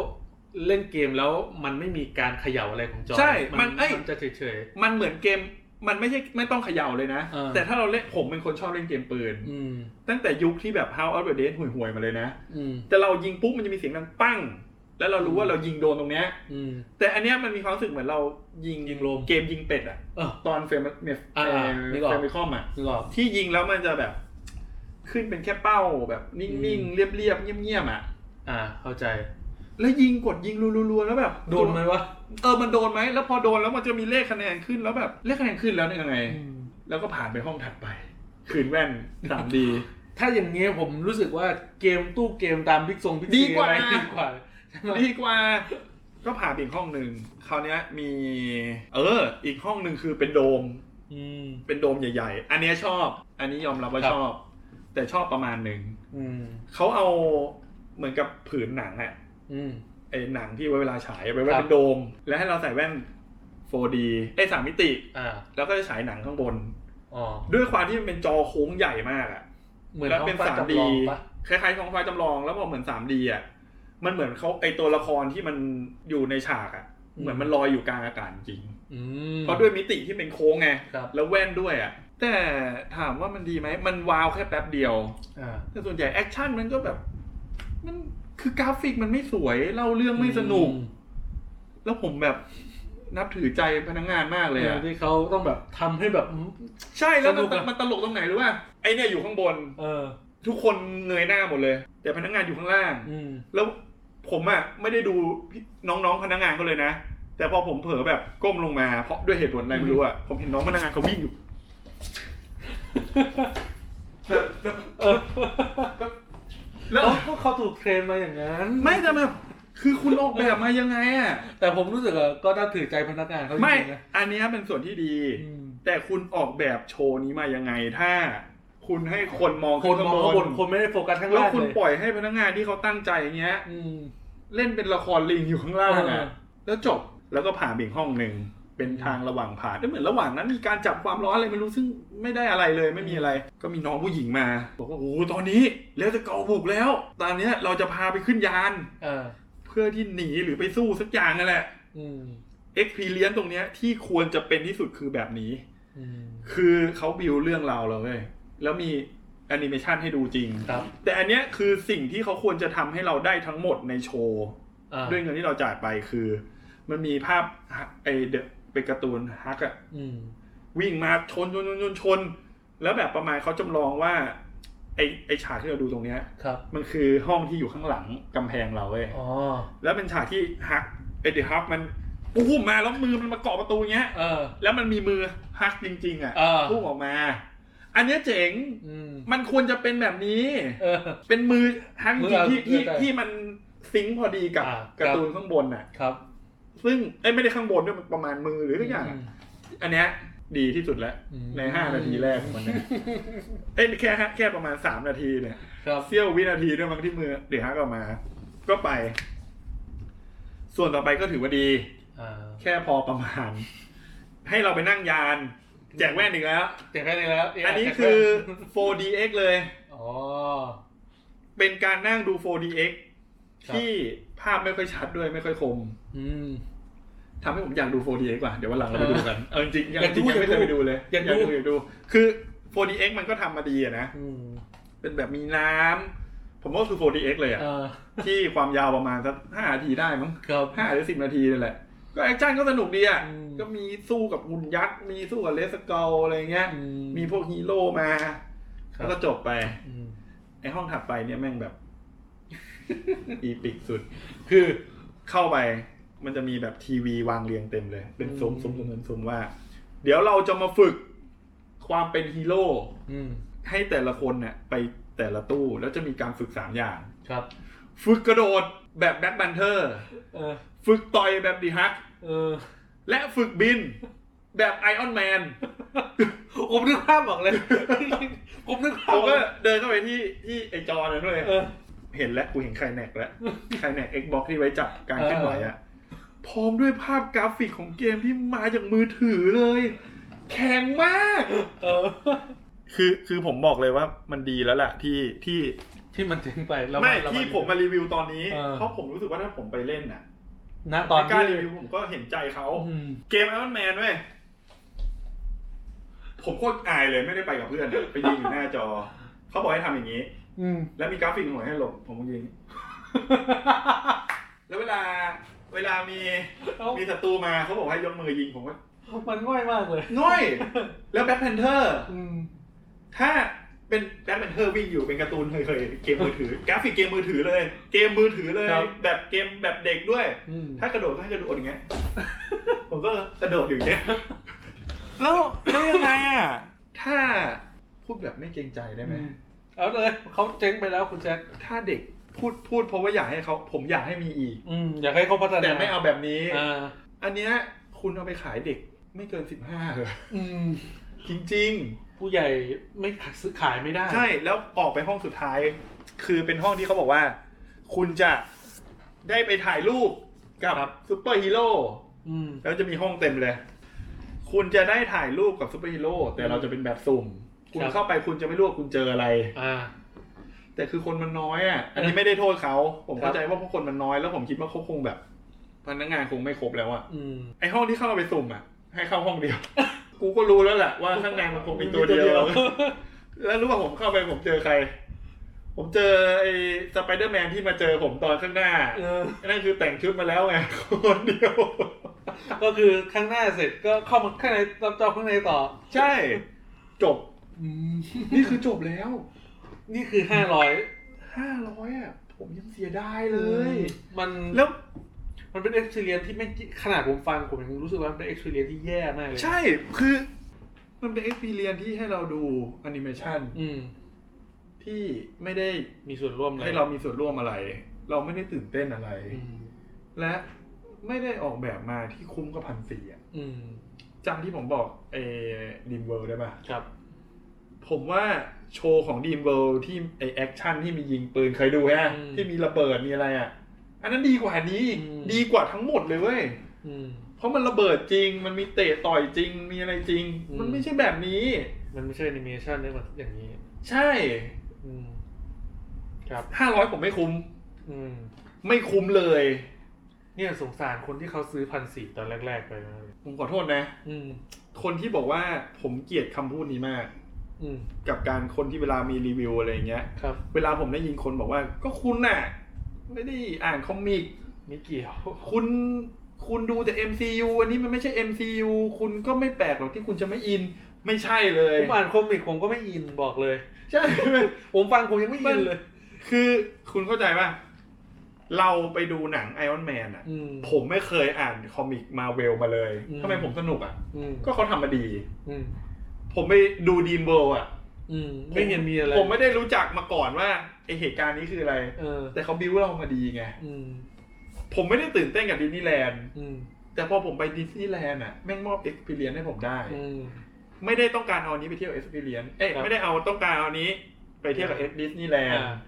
[SPEAKER 3] เล่นเกมแล้วมันไม่มีการเขย่าอะไรของจอย
[SPEAKER 2] ใช่มั
[SPEAKER 3] มัน น
[SPEAKER 2] เอ้ย
[SPEAKER 3] มันจะเฉย
[SPEAKER 2] มันเหมือนเกมมันไม่ใช่ไม่ต้องเขย่าเลยนะ
[SPEAKER 3] เออ
[SPEAKER 2] แต่ถ้าเราเล่นผมเป็นคนชอบเล่นเกมปืน
[SPEAKER 3] ๆอืม
[SPEAKER 2] ตั้งแต่ยุคที่แบบ How of the Dead ห่วยๆมาเลยนะ
[SPEAKER 3] อืม
[SPEAKER 2] แต่เรายิงปุ๊บมันจะมีเสียงดังปั้ง แล้วเรารู้ว่าเรายิงโดนตรงเนี้ย
[SPEAKER 3] อืม
[SPEAKER 2] แต่อันเนี้ยมันมีความรู้สึกเหมือนเรายิง
[SPEAKER 3] ยิงลม
[SPEAKER 2] เกมยิงเป็ดอะ
[SPEAKER 3] เออ
[SPEAKER 2] ตอนเฟรมเมฟเ
[SPEAKER 3] อ่านึกออก
[SPEAKER 2] ฟรมคอมอะ
[SPEAKER 3] หลอก
[SPEAKER 2] ที่ยิงแล้วมันจะแบบ ขึ้นเป็นแค่เป้าแบบนิ่งๆเรียบๆเงียบๆอะ
[SPEAKER 3] อ่า เข้าใจ
[SPEAKER 2] แล้วยิงกดยิงรัวๆๆแล้วแบบ
[SPEAKER 3] โดนไหมวะ
[SPEAKER 2] เออมันโดนไหมแล้วพอโดนแล้วมันจะมีเลขคะแนนขึ้นแล้วแบบเลขคะแนนขึ้นแล้วเนี่ยยังไง แล้วก็ผ่านไปห้องถัดไป คืนแว่นสามดี
[SPEAKER 3] ถ้าอย่างนี้ยผมรู้สึกว่าเกมตู้เกมตามบิ๊กซงบิ๊ก
[SPEAKER 2] ดีกว่า
[SPEAKER 3] อะไรดีกว่าใช่ไหม
[SPEAKER 2] ดีกว่า ก็ผ่านไปอีกห้องหนึ่งคราวเนี้ยมี เออ อีกห้องหนึ่งคือเป็นโดม
[SPEAKER 3] อืม
[SPEAKER 2] เป็นโดมใหญ่ ๆ อันเนี้ยชอบ อันนี้ยอมรับว่า
[SPEAKER 3] ครับ
[SPEAKER 2] ชอบ แต่ชอบประมาณหนึ่ง
[SPEAKER 3] อืม
[SPEAKER 2] เขาเอาเหมือนกับผืนหนังอะ
[SPEAKER 3] อืม
[SPEAKER 2] ไอ้หนังที่ไว้เวลาฉายไปไว้
[SPEAKER 3] ครับ
[SPEAKER 2] เป็นโดม แล้วให้เราใส่แว่น 4D ไอ้ยสามมิติ
[SPEAKER 3] อ่า
[SPEAKER 2] แล้วก็จะฉายหนังข้างบน
[SPEAKER 3] อ๋อ
[SPEAKER 2] ด้วยความที่มันเป็นจอโค้งใหญ่มากอะ
[SPEAKER 3] เหมือน
[SPEAKER 2] แล้ว
[SPEAKER 3] ท้อง
[SPEAKER 2] เป็น
[SPEAKER 3] ฟ้า
[SPEAKER 2] สาม
[SPEAKER 3] จำ
[SPEAKER 2] ดี
[SPEAKER 3] ลองปะ
[SPEAKER 2] คล้ายๆท้องฟ้าจำลองแล้วพอเหมือนสามดีอะมันเหมือนเขาไอตัวละครที่มันอยู่ในฉากอะเหมือนมันลอยอยู่กลางอากาศจริง
[SPEAKER 3] อืม
[SPEAKER 2] เพราะด้วยมิติที่เป็นโค้งไง
[SPEAKER 3] ครับ
[SPEAKER 2] แล้วแว่นด้วยอะแต่ถามว่ามันดีไหมมันว้าวแค่แป๊บเดียว
[SPEAKER 3] อ่า
[SPEAKER 2] แต่ส่วนใหญ่แอคชั่นมันก็แบบ มันคือกราฟิกมันไม่สวยเล่าเรื่องไม่สนุก แล้วผมแบบนับถือใจพนักงานมากเลยอะ
[SPEAKER 3] ที่เขาต้องแบบทำให้แบบ
[SPEAKER 2] ใช่แล้ว
[SPEAKER 3] ส
[SPEAKER 2] มั
[SPEAKER 3] นุ
[SPEAKER 2] น
[SPEAKER 3] กอะ
[SPEAKER 2] มันตลกตรงไหนรู้ป่ะไอเนี่ยอยู่ข้างบน
[SPEAKER 3] เออ
[SPEAKER 2] ทุกคนเงยหน้าหมดเลย แต่พนักงานอยู่ข้างล่าง
[SPEAKER 3] อืม
[SPEAKER 2] แล้วผมอ่ะไม่ได้ดูพี่น้องๆพนักงานเขาเลยนะ แต่พอผมเผลอแบบก้มลงมาเพราะด้วยเหตุผลอะไรไม่รู้อ่ะผมเห็นน้องพนักงานเขาวิ่ง อยู่แบบแบบ
[SPEAKER 3] เออ
[SPEAKER 2] แล้ว
[SPEAKER 3] พวกเขาถูกเทรนมาอย่างนั้น
[SPEAKER 2] ไม่แต่แบบคือคุณออกแบบมายังไงอ่ะ
[SPEAKER 3] แต่ผมรู้สึกว่าก็น่าถือใจพนักงานเขาจ
[SPEAKER 2] ไม่
[SPEAKER 3] ริงๆนะ
[SPEAKER 2] อันเนี้ยเป็นส่วนที่ดี
[SPEAKER 3] อืม
[SPEAKER 2] แต่คุณออกแบบโชว์นี้มายังไง ถ้า คุณให้คนมอง
[SPEAKER 3] คนมองข้างบน
[SPEAKER 2] ข้างบน
[SPEAKER 3] คนไม่ได้โฟกัสข้าง
[SPEAKER 2] แล้ว
[SPEAKER 3] ล่าง
[SPEAKER 2] คุณ
[SPEAKER 3] เลย
[SPEAKER 2] ปล่อยให้พนักงานที่เขาตั้งใจอย่างเงี้ย
[SPEAKER 3] อืม
[SPEAKER 2] เล่นเป็นละครลิงอยู่ข้างล่าง
[SPEAKER 3] เออ
[SPEAKER 2] อ่ะแล้วจบแล้วก็ผ่านไปอีกห้องหนึ่งเป็นทางระหว่างผ่านแล้วเหมือนระหว่างนั้นมีการจับความร้อนอะไรไม่รู้ซึ่งไม่ได้อะไรเลยไม่มีอะไร ก็มีน้องผู้หญิงมาบอกว่าโอ้โหตอนนี้แล้วจะเกาบุกแล้ว ตอนเนี้ยเราจะพาไปขึ้นยาน
[SPEAKER 3] ่า
[SPEAKER 2] เพื่อที่หนีหรือไปสู้สักอย่างนั่นแหละ
[SPEAKER 3] อืม
[SPEAKER 2] เอ็กพีเลียนตรงเนี้ยที่ควรจะเป็นที่สุดคือแบบนี้
[SPEAKER 3] อืม
[SPEAKER 2] คือเขาบิวเรื่องราวเราวเลย แล้วมี แอนิเมชันให้ดูจริง
[SPEAKER 3] ครับ
[SPEAKER 2] แต่อันเนี้ยคือสิ่งที่เขาควรจะทำให้เราได้ทั้งหมดในโชว์
[SPEAKER 3] อ่า
[SPEAKER 2] ด้วยเงินที่เราจ่ายไปคือ มันมีภาพไอเดอะเป็นการ์ตูนฮักอะ
[SPEAKER 3] อืม
[SPEAKER 2] วิ่งมาชนชนชนชนชน แล้วแบบประมาณเขาจำลองว่า ไอไอฉากที่เราดูตรงเนี้ย
[SPEAKER 3] ครับ
[SPEAKER 2] มันคือห้องที่อยู่ข้างหลังกำแพงเราเว้ย
[SPEAKER 3] อ๋อ
[SPEAKER 2] แล้วเป็นฉากที่ฮักไอเดอะฮักมันปุ้มมาแล้วมือมันมาเกาะประตูเงี้ย
[SPEAKER 3] เออ
[SPEAKER 2] แล้วมันมีมือฮักจริง ๆ อ่ะ
[SPEAKER 3] เออ
[SPEAKER 2] พุ่งออกมา อันเนี้ยเจ๋ง
[SPEAKER 3] อืม
[SPEAKER 2] มันควรจะเป็นแบบนี้
[SPEAKER 3] เออ
[SPEAKER 2] เป็นมือฮักจริง
[SPEAKER 3] มือ
[SPEAKER 2] ๆที่ที่
[SPEAKER 3] เอา
[SPEAKER 2] ที่มันซิงค์พอดีกับ
[SPEAKER 3] อ่า
[SPEAKER 2] การ์ตูนข้างบนน่ะ
[SPEAKER 3] ครับ
[SPEAKER 2] ซึ่งเอ้ยไม่ได้ข้างบนด้วยมันประมาณมือหรือทุกอย่างอะอันเนี้ยดีที่สุดแล้ว
[SPEAKER 3] อืม
[SPEAKER 2] ในห้านาทีแรกของมันเนี่ยเอ้ยแค่แค่ประมาณสามนาทีเนี่ย
[SPEAKER 3] ครับ
[SPEAKER 2] เสี้ยววินาทีด้วยมั้งที่มือเดี๋ยวฮักออกมา ก็ไป ส่วนต่อไปก็ถือว่าดี
[SPEAKER 3] อ่า
[SPEAKER 2] แค่พอประมาณ ให้เราไปนั่งยาน แจกแว่นอีกแล้ว
[SPEAKER 3] เจ๋งแค่นี้แล้วเะ
[SPEAKER 2] อันนี้คือ 4DX เลย
[SPEAKER 3] อ๋อ
[SPEAKER 2] เป็นการนั่งดู 4DX
[SPEAKER 3] ครับ
[SPEAKER 2] ที่ภาพไม่ค่อยชัดด้วยไม่ค่อยคม
[SPEAKER 3] อืม
[SPEAKER 2] ทำให้ผมอยากดู 4DX กว่า เดี๋ยววันหลังเราไปดูกัน เออจริงๆยังจริงๆ
[SPEAKER 3] อ
[SPEAKER 2] ยั
[SPEAKER 3] ยาง กดู
[SPEAKER 2] ไม่เคยไปดูเลย
[SPEAKER 3] อยากดู
[SPEAKER 2] อยากดู คือ 4DX มันก็ทำมาดีอะนะ
[SPEAKER 3] อืม
[SPEAKER 2] เป็นแบบมีน้ำ ผมว่าคือ 4DX เลยอะ
[SPEAKER 3] อ่า
[SPEAKER 2] ที่ความยาวประมาณสักห้านาทีได้มั้ง
[SPEAKER 3] ครับ
[SPEAKER 2] ห้าหรือสิบนาทีนั่นแหละ ก็แอคชั่นก็สนุกดีอะ
[SPEAKER 3] อืม
[SPEAKER 2] ก็มีสู้กับหุ่นยักษ์ มีสู้กับเลสเกลอะไรเงี้ย
[SPEAKER 3] อื
[SPEAKER 2] มีพวกฮีโร่มา
[SPEAKER 3] ครั
[SPEAKER 2] แล้
[SPEAKER 3] บ
[SPEAKER 2] วก็จบไป
[SPEAKER 3] อืม
[SPEAKER 2] ไอห้องถัดไปเนี่ยแม่งแบบ อีปิกสุด คือเข้าไปมันจะมีแบบทีวีวางเรียงเต็มเลย เป็นซุ้ม
[SPEAKER 3] อืม
[SPEAKER 2] ซุ้มซุ้มซุ้มซุ้มว่า เดี๋ยวเราจะมาฝึกความเป็นฮีโร่
[SPEAKER 3] อืม
[SPEAKER 2] ให้แต่ละคนเนี่ยไปแต่ละตู้แล้วจะมีการฝึกสามอย่าง
[SPEAKER 3] ครับ
[SPEAKER 2] ฝึกกระโดดแบบแบ็คบันเทอร์
[SPEAKER 3] เออ
[SPEAKER 2] ฝึกต่อยแบบดีฮัก
[SPEAKER 3] เออ
[SPEAKER 2] และฝึกบินแบบไอออนแมน
[SPEAKER 3] ผมนึกภาพออกเลย ผมนึกภา
[SPEAKER 2] ผ
[SPEAKER 3] พอ
[SPEAKER 2] ม
[SPEAKER 3] อ
[SPEAKER 2] ก็
[SPEAKER 3] ก
[SPEAKER 2] เดินเข้าไปที่ที่ไอจอนั้นเลย
[SPEAKER 3] เออ
[SPEAKER 2] เห็นแล้วกูเห็นไคลแน็ก แล้วไคลแน็ก Xbox ที่ไว้จับการเคลื่อนไหวอะพร้อมด้วยภาพกราฟิกของเกมที่มาจากมือถือเลย แข็งมาก
[SPEAKER 3] เออ
[SPEAKER 2] คือคือผมบอกเลยว่ามันดีแล้วแหละที่ที่
[SPEAKER 3] ที่มันถึงไปแล้วน
[SPEAKER 2] ไม่
[SPEAKER 3] แล้วน
[SPEAKER 2] ที่ผมมารีวิวตอนนี้
[SPEAKER 3] เออ
[SPEAKER 2] เพราะผมรู้สึกว่าถ้าผมไปเล่นน่ะ
[SPEAKER 3] ณตอน
[SPEAKER 2] ในกา
[SPEAKER 3] ที่
[SPEAKER 2] รรีวิวผมก็เห็นใจเขา
[SPEAKER 3] อืม
[SPEAKER 2] เกม Iron Man เว้ยผมโคตรอายเลยไม่ได้ไปกับเพื่อนอะไปยืนอยู่หน้าจอ เขาบอกให้ทำอย่างนี้
[SPEAKER 3] อืม
[SPEAKER 2] แล้วมีกราฟิกหัวให้หลบผมก็ยิง แล้วเวลาเวลามี
[SPEAKER 3] เอ้ามี
[SPEAKER 2] มีศัตรูมาเขาบอกให้ยกมือยิงผมก็
[SPEAKER 3] มันง่อยมากเลย
[SPEAKER 2] ง่อย แล้วแบ็คแพนเทอร์
[SPEAKER 3] อืม
[SPEAKER 2] ถ้าเป็นแบ็คแพนเทอร์วิ่งอยู่เป็นการ์ตูนเคยๆเกมมือถือกราฟิกเกมมือถือเลย เกมมือถือเลย
[SPEAKER 3] ครับ
[SPEAKER 2] แบบเกมแบบเด็กด้วย
[SPEAKER 3] อืม
[SPEAKER 2] ถ้ากระโดดก็ให้กระโดดอย่างเงี้ ย ผมก็กระโดดอยู่อย่างเงี้ย แล้วแล้วยังไงอ่ะถ้าพูดแบบไม่เกรงใจได้ไหม
[SPEAKER 3] เอาเลยเขาเจ๊งไปแล้วคุณแจ็ค
[SPEAKER 2] ถ้าเด็กพูดพูดเพราะว่าอยากให้เขาผมอยากให้มีอีก
[SPEAKER 3] อืม อยากให้เขาพัฒนา
[SPEAKER 2] แต่ไม่เอาแบบนี้
[SPEAKER 3] อ่า
[SPEAKER 2] อันเนี้ยคุณเอาไปขายเด็กไม่เกินสิบห้าเลย
[SPEAKER 3] อืม
[SPEAKER 2] จริง
[SPEAKER 3] ผู้ใหญ่ไม่ซื้อขายไม่ได้
[SPEAKER 2] ๆ ใช่แล้วออกไปห้องสุดท้าย คือเป็นห้องที่เขาบอกว่า คุณจะได้ไปถ่ายรูปกับซูเปอร์ฮีโร่
[SPEAKER 3] อืม
[SPEAKER 2] แล้วจะมีห้องเต็มเลย คุณจะได้ถ่ายรูปกับซูเปอร์ฮีโร่แต่เราจะเป็นแบบสุ่ม คุณ
[SPEAKER 3] ครับ
[SPEAKER 2] เข้าไปคุณจะไม่รู้ว่าคุณเจออะไร
[SPEAKER 3] อ่า
[SPEAKER 2] แต่คือคนมันน้อยอ่ะอันนี้ไม่ได้โทษเขาผมเข้าใจว่าเพราะคนมันน้อยแล้วผมคิดว่าเขาคงแบบ พนักงานคงไม่ครบแล้วอ่ะ
[SPEAKER 3] อืม
[SPEAKER 2] ไอห้องที่เข้าไปสุ่มอ่ะ ให้เข้าห้องเดียว กูก็รู้แล้วแหละว่าข้างในมันคงมีตัวเดียว แล้วรู้ว่าผมเข้าไปผมเจอใคร ผมเจอไอสไปเดอร์แมนที่มาเจอผมตอนข้างหน้า
[SPEAKER 3] เออ
[SPEAKER 2] นั่นคือแต่งชุดมาแล้วไงคนเดียว
[SPEAKER 3] ก็คือข้างหน้าเสร็จก็เข้ามาข้างในรับจอบข้างในต่อ
[SPEAKER 2] ใช่ จบ
[SPEAKER 3] อืม
[SPEAKER 2] นี่คือจบแล้ว
[SPEAKER 3] นี่คือห้าร้อย
[SPEAKER 2] ห้าร้อยอ่ะ ผมยังเสียดายเลย
[SPEAKER 3] มัน
[SPEAKER 2] แล้ว
[SPEAKER 3] มันเป็นเอ็กซ์เพรียที่ไม่ขนาดผมฟังผมยังรู้สึกว่ามันเป็นเอ็กซ์เพรียที่แย่มากเลย
[SPEAKER 2] ใช่คือ มันเป็นเอ็กซ์เพรียที่ให้เราดูแอนิเมชัน
[SPEAKER 3] อืม
[SPEAKER 2] ที่ไม่ได้
[SPEAKER 3] มีส่วนร่วมเลย
[SPEAKER 2] ให้เรามีส่วนร่วมอะไร เราไม่ได้ตื่นเต้นอะไร
[SPEAKER 3] อืม
[SPEAKER 2] และไม่ได้ออกแบบมาที่คุ้มกับพันสี่อ่ะ
[SPEAKER 3] อืม
[SPEAKER 2] จำที่ผมบอกเอดีมเวิลด์ได้ป่ะ
[SPEAKER 3] ครับ
[SPEAKER 2] ผมว่าโชว์ของดีมเวิลด์ที่ไอแอคชั่นที่มียิงปืนเคยดูฮะ ที่มีระเบิดมีอะไรอ่ะ อันนั้นดีกว่านี้อีกดีกว่าทั้งหมดเลยเว้ย
[SPEAKER 3] อืม
[SPEAKER 2] เพราะมันระเบิดจริง มันมีเตะต่อยจริง มีอะไรจริง
[SPEAKER 3] อืม
[SPEAKER 2] มันไม่ใช่แบบนี้
[SPEAKER 3] มันไม่ใช่แอนิเมชันได้แบบอย่างนี้
[SPEAKER 2] ใช่
[SPEAKER 3] อืม ครับ
[SPEAKER 2] ห้าร้อยผมไม่คุ้ม
[SPEAKER 3] อืม
[SPEAKER 2] ไม่คุ้มเลย
[SPEAKER 3] เนี่ยสงสารคนที่เขาซื้อพันสี่ตอนแรก ๆ ไปมากเลย
[SPEAKER 2] ผมขอโทษนะ
[SPEAKER 3] อืม
[SPEAKER 2] คนที่บอกว่าผมเกลียดคำพูดนี้มาก
[SPEAKER 3] อืม
[SPEAKER 2] กับการคนที่เวลามีรีวิวอะไรอย่างเงี้ย
[SPEAKER 3] ครับ
[SPEAKER 2] เวลาผมได้ยินคนบอกว่า ก็คุณน่ะ ไม่ได้อ่านคอมิก
[SPEAKER 3] ไม่เกี่ยว
[SPEAKER 2] คุณคุณดูแต่ MCU อันนี้มันไม่ใช่ MCU คุณก็ไม่แปลกหรอกที่คุณจะไม่อิน ไม่ใช่เลย
[SPEAKER 3] ผมอ่านคอมิกผมก็ไม่อินบอกเลย
[SPEAKER 2] ใช่ไหม
[SPEAKER 3] ผมฟังผมยังไม่อินเลย
[SPEAKER 2] คือคุณเข้าใจป่ะ เราไปดูหนังไอออนแมนอ่ะ
[SPEAKER 3] อืม
[SPEAKER 2] ผมไม่เคยอ่านคอมิกมาเวลมาเลย
[SPEAKER 3] อืม
[SPEAKER 2] ทำไมผมสนุกอ่ะ
[SPEAKER 3] อืม
[SPEAKER 2] ก็เขาทำมาดี
[SPEAKER 3] อืม
[SPEAKER 2] ผมไปดูดีนเบลอ่ะ
[SPEAKER 3] อืมไม่เห็นมีอะไร
[SPEAKER 2] ผมไม่ได้รู้จักมาก่อนว่าไอเหตุการณ์นี้คืออะไร
[SPEAKER 3] เออ
[SPEAKER 2] แต่เขาบิวเรามาดีไง
[SPEAKER 3] อืม
[SPEAKER 2] ผมไม่ได้ตื่นเต้นกับดิสนีย์แลนด์
[SPEAKER 3] อืม
[SPEAKER 2] แต่พอผมไปดิสนีย์แลนด์อ่ะ แม่งมอบเอ็กซ์เพรียนให้ผมได้
[SPEAKER 3] อืม
[SPEAKER 2] ไม่ได้ต้องการเอาอันนี้ไปเที่ยวเอ็กซ์เพรียนเอ้ย
[SPEAKER 3] ครับ
[SPEAKER 2] ไม่ได้เอาต้องการเอาอันนี้ไปเที่ยวกับดิสนีย์แลน
[SPEAKER 3] อ่า
[SPEAKER 2] ด์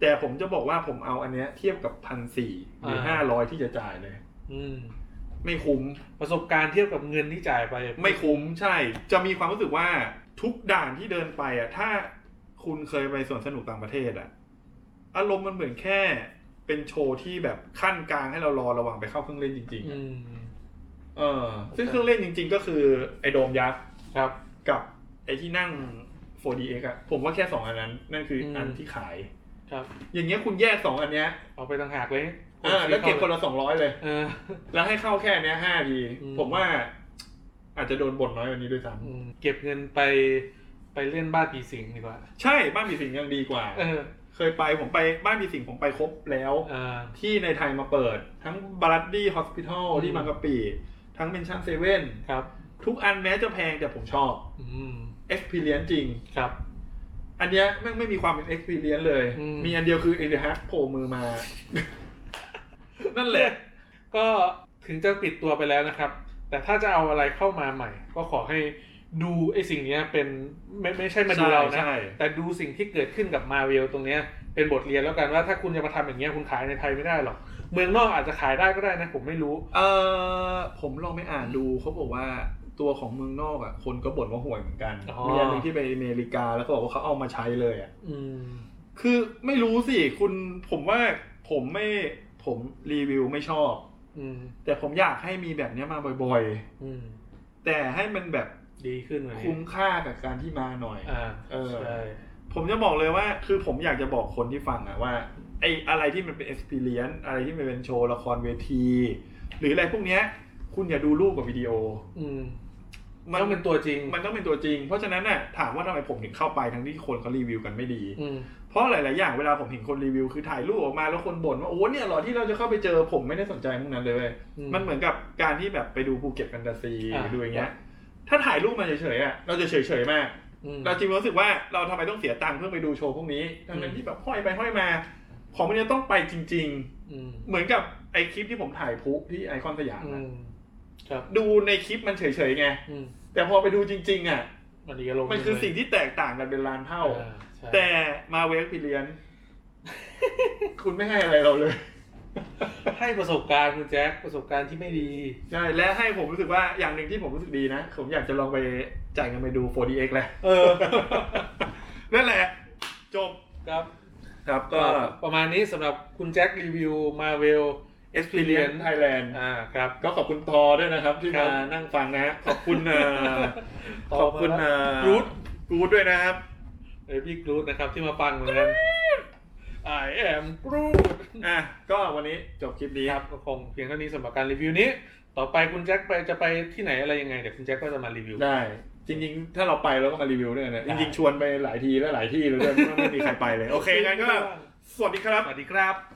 [SPEAKER 2] แต่ผมจะบอกว่าผมเอาอันเนี้ยเทียบกับพันสี่หรือห้า
[SPEAKER 3] อ่า
[SPEAKER 2] ร้อยที่จะจ่ายเลย
[SPEAKER 3] อืม
[SPEAKER 2] ไม่คุ้ม
[SPEAKER 3] ประสบการณ์เทียบกับเงินที่จ่ายไป
[SPEAKER 2] ไม่คุ้มใช่ จะมีความรู้สึกว่าทุกด่านที่เดินไปอ่ะ ถ้าคุณเคยไปสวนสนุกต่างประเทศอ่ะ อารมณ์มันเหมือนแค่เป็นโชว์ที่แบบขั้นกลางให้เรารอระหว่างไปเข้าเครื่องเล่นจริงๆ
[SPEAKER 3] อื
[SPEAKER 2] อะ
[SPEAKER 3] ม
[SPEAKER 2] เออ ซึ่งเครื่องเล่นจริง ๆ ก็คือไอโดมยักษ์
[SPEAKER 3] ครับ
[SPEAKER 2] กับไอที่นั่ง 4DX อ่ะ ผมว่าแค่สองอันนั้น นั่นคืออัน
[SPEAKER 3] อืม
[SPEAKER 2] ที่ขาย
[SPEAKER 3] ครับ
[SPEAKER 2] อย่างเงี้ยคุณแยกสองอันเนี้ย
[SPEAKER 3] เอาไปต่างหากเลย
[SPEAKER 2] อ่าแล้วเก็บคนละสองร้อยเลย
[SPEAKER 3] เออ
[SPEAKER 2] แล้วให้เข้าแค่เนี้ยห้าที
[SPEAKER 3] อืม
[SPEAKER 2] ผมว่า อาจจะโดนบ่นน้อยกว่านี้ด้วยซ้
[SPEAKER 3] อืมเก็บเงินไปไปเล่นบ้านผีสิงดีกว่า
[SPEAKER 2] ำใช่บ้านมีสิงยังดีกว่า
[SPEAKER 3] เออ
[SPEAKER 2] เคยไปผมไปบ้านมีสิงผมไปครบแล้ว
[SPEAKER 3] เออ
[SPEAKER 2] ที่ในไทยมาเปิด ทั้งบรัดดี้ฮอสพิทอล
[SPEAKER 3] อืม
[SPEAKER 2] ที่บางกะปิทั้งเ e นชั่นเซเว่น
[SPEAKER 3] ครับ
[SPEAKER 2] ทุกอันแม้จะแพงแต่ผมชอบ
[SPEAKER 3] อืม
[SPEAKER 2] Experience จริง
[SPEAKER 3] ครับ
[SPEAKER 2] อันเนี้ยแม่งไม่มีความเป็น Experience เลย
[SPEAKER 3] อืม
[SPEAKER 2] มีอันเดียวคือเอเดฮักโผล่มือมา นั่นแหละ
[SPEAKER 3] ก็ถึงจะปิดตัวไปแล้วนะครับ แต่ถ้าจะเอาอะไรเข้ามาใหม่ ก็ขอให้ดูไอ้สิ่งเนี้ยเป็นไม่ไม่ใช่มาดู
[SPEAKER 2] ใช่
[SPEAKER 3] เรานะ
[SPEAKER 2] ใช่
[SPEAKER 3] แต่ดูสิ่งที่เกิดขึ้นกับมาเวลตรงเนี้ยเป็นบทเรียนแล้วกันว่าถ้าคุณจะมาทำอย่างเงี้ยคุณขายในไทยไม่ได้หรอกเมืองนอกอาจจะขายได้ก็ได้นะผมไม่รู้
[SPEAKER 2] เออผมลองไปอ่านดูเขาบอกว่าตัวของเมืองนอกอ่ะ คนก็บ่นว่าห่วยเหมือนกัน
[SPEAKER 3] อ๋อ
[SPEAKER 2] มีอันหนึ่งที่ไปอเมริกาแล้วเขาบอกว่าเขาเอามาใช้เลยอ่ะ
[SPEAKER 3] อืม
[SPEAKER 2] คือไม่รู้สิคุณผมว่าผมไม่ผมรีวิวไม่ชอบ
[SPEAKER 3] อืม
[SPEAKER 2] แต่ผมอยากให้มีแบบเนี้ยมาบ่อย
[SPEAKER 3] อืม
[SPEAKER 2] ๆ แต่ให้มันแบบ
[SPEAKER 3] ดีขึ้นเลย
[SPEAKER 2] คุ้มค่ากับการที่มาหน่อย
[SPEAKER 3] อ่า
[SPEAKER 2] เออ
[SPEAKER 3] ใช่
[SPEAKER 2] ผมจะบอกเลยว่า คือผมอยากจะบอกคนที่ฟังอะว่าไออะไรที่มันเป็น experience อะไรที่มันเป็นโชว์ละครเวที หรืออะไรพวกเนี้ย คุณอย่าดูรูปกับวิดีโอ
[SPEAKER 3] อืมต้องเป็นตัวจริง
[SPEAKER 2] มันต้องเป็นตัวจริง เพราะฉะนั้นน่ะถามว่าทำไมผมถึงเข้าไปทั้งที่คนเขารีวิวกันไม่ดี
[SPEAKER 3] อืม
[SPEAKER 2] เพราะหลาย ๆ อย่างเวลาผมเห็นคนรีวิวคือถ่ายรูปออกมาแล้วคนบ่นว่าโอ้เนี่ยเหรอที่เราจะเข้าไปเจอผมไม่ได้สนใจพวกนั้นเลยเว้ย
[SPEAKER 3] อื
[SPEAKER 2] มันเหมือนกับการที่แบบไปดูภูเก็ตแฟนตาซี
[SPEAKER 3] อ่า
[SPEAKER 2] หรือดูอย่างเงี้ย ถ้าถ่ายรูปมาเฉย ๆ อ่ะ เราจะเฉย ๆ มาก
[SPEAKER 3] อืม
[SPEAKER 2] เราจริงรู้สึกว่าเราทำไมต้องเสียตังค์เพื่อไปดูโชว์พวกนี้ทั้งนั้นที่แบบห้อยไปห้อยมา ของมันจะต้องไปจริง
[SPEAKER 3] อืม
[SPEAKER 2] ๆ เหมือนกับไอคลิปที่ผมถ่ายพลุที่ไอคอนสยาม
[SPEAKER 3] อื
[SPEAKER 2] อะ
[SPEAKER 3] มครับ
[SPEAKER 2] ดูในคลิปมันเฉย ๆ ไง
[SPEAKER 3] อืม
[SPEAKER 2] แต่พอไปดูจริง ๆ อ่ะ
[SPEAKER 3] มันอีกอารมณ์
[SPEAKER 2] มันคือสิ่ง
[SPEAKER 3] ห
[SPEAKER 2] ที่แตกต่างกันเป็นล้าน
[SPEAKER 3] ง
[SPEAKER 2] เท่า
[SPEAKER 3] ลยอ่ใช่
[SPEAKER 2] แต่มาเวลพิเลียน คุณไม่ให้อะไรเราเลย
[SPEAKER 3] ให้ประสบการณ์คุณแจ็คประสบการณ์ที่ไม่ดี
[SPEAKER 2] ใช่ และให้ผมรู้สึกว่าอย่างหนึ่งที่ผมรู้สึกดีนะ ผมอยากจะลองไปจ่ายเงินไปดู 4DX แหละ
[SPEAKER 3] เออ
[SPEAKER 2] นั่นแหละ จบ
[SPEAKER 3] ครับ
[SPEAKER 2] ครับ
[SPEAKER 3] ก็
[SPEAKER 2] ก็
[SPEAKER 3] ประมาณนี้สำหรับคุณแจ็ครีวิวมาเวล
[SPEAKER 2] Experience Thailand
[SPEAKER 3] อ่าครับ
[SPEAKER 2] ก็ขอบคุณทอด้วยนะครับ ที่
[SPEAKER 3] ครั
[SPEAKER 2] มา
[SPEAKER 3] บ
[SPEAKER 2] นั่งฟังนะฮะขอบคุณ เอ่อขอบคุณเอ่อ
[SPEAKER 3] รูท
[SPEAKER 2] รูทด้วยนะครับ
[SPEAKER 3] เอพี่กรูทนะครับที่มาฟังเหมือนกัน I am Groot
[SPEAKER 2] อ่ะ ก็วันนี้จบคลิปนี้
[SPEAKER 3] ครับก็คงเพียงเท่านี้สำหรับการรีวิวนี้ ต่อไปคุณแจ็คไปจะไปที่ไหนอะไรยังไงเดี๋ยวคุณแจ็คก็จะมารีวิว
[SPEAKER 2] ได้ จริง ๆ ถ้าเราไปเราก็มารีวิวด้วยนะ
[SPEAKER 3] ได้
[SPEAKER 2] จริงๆชวนไปหลายทีแล้วหลายที่แล้วด้วยไม่มีใครไปเลย โอเคงั้นก็ สวัสดีครับ
[SPEAKER 3] สวัสดีครับ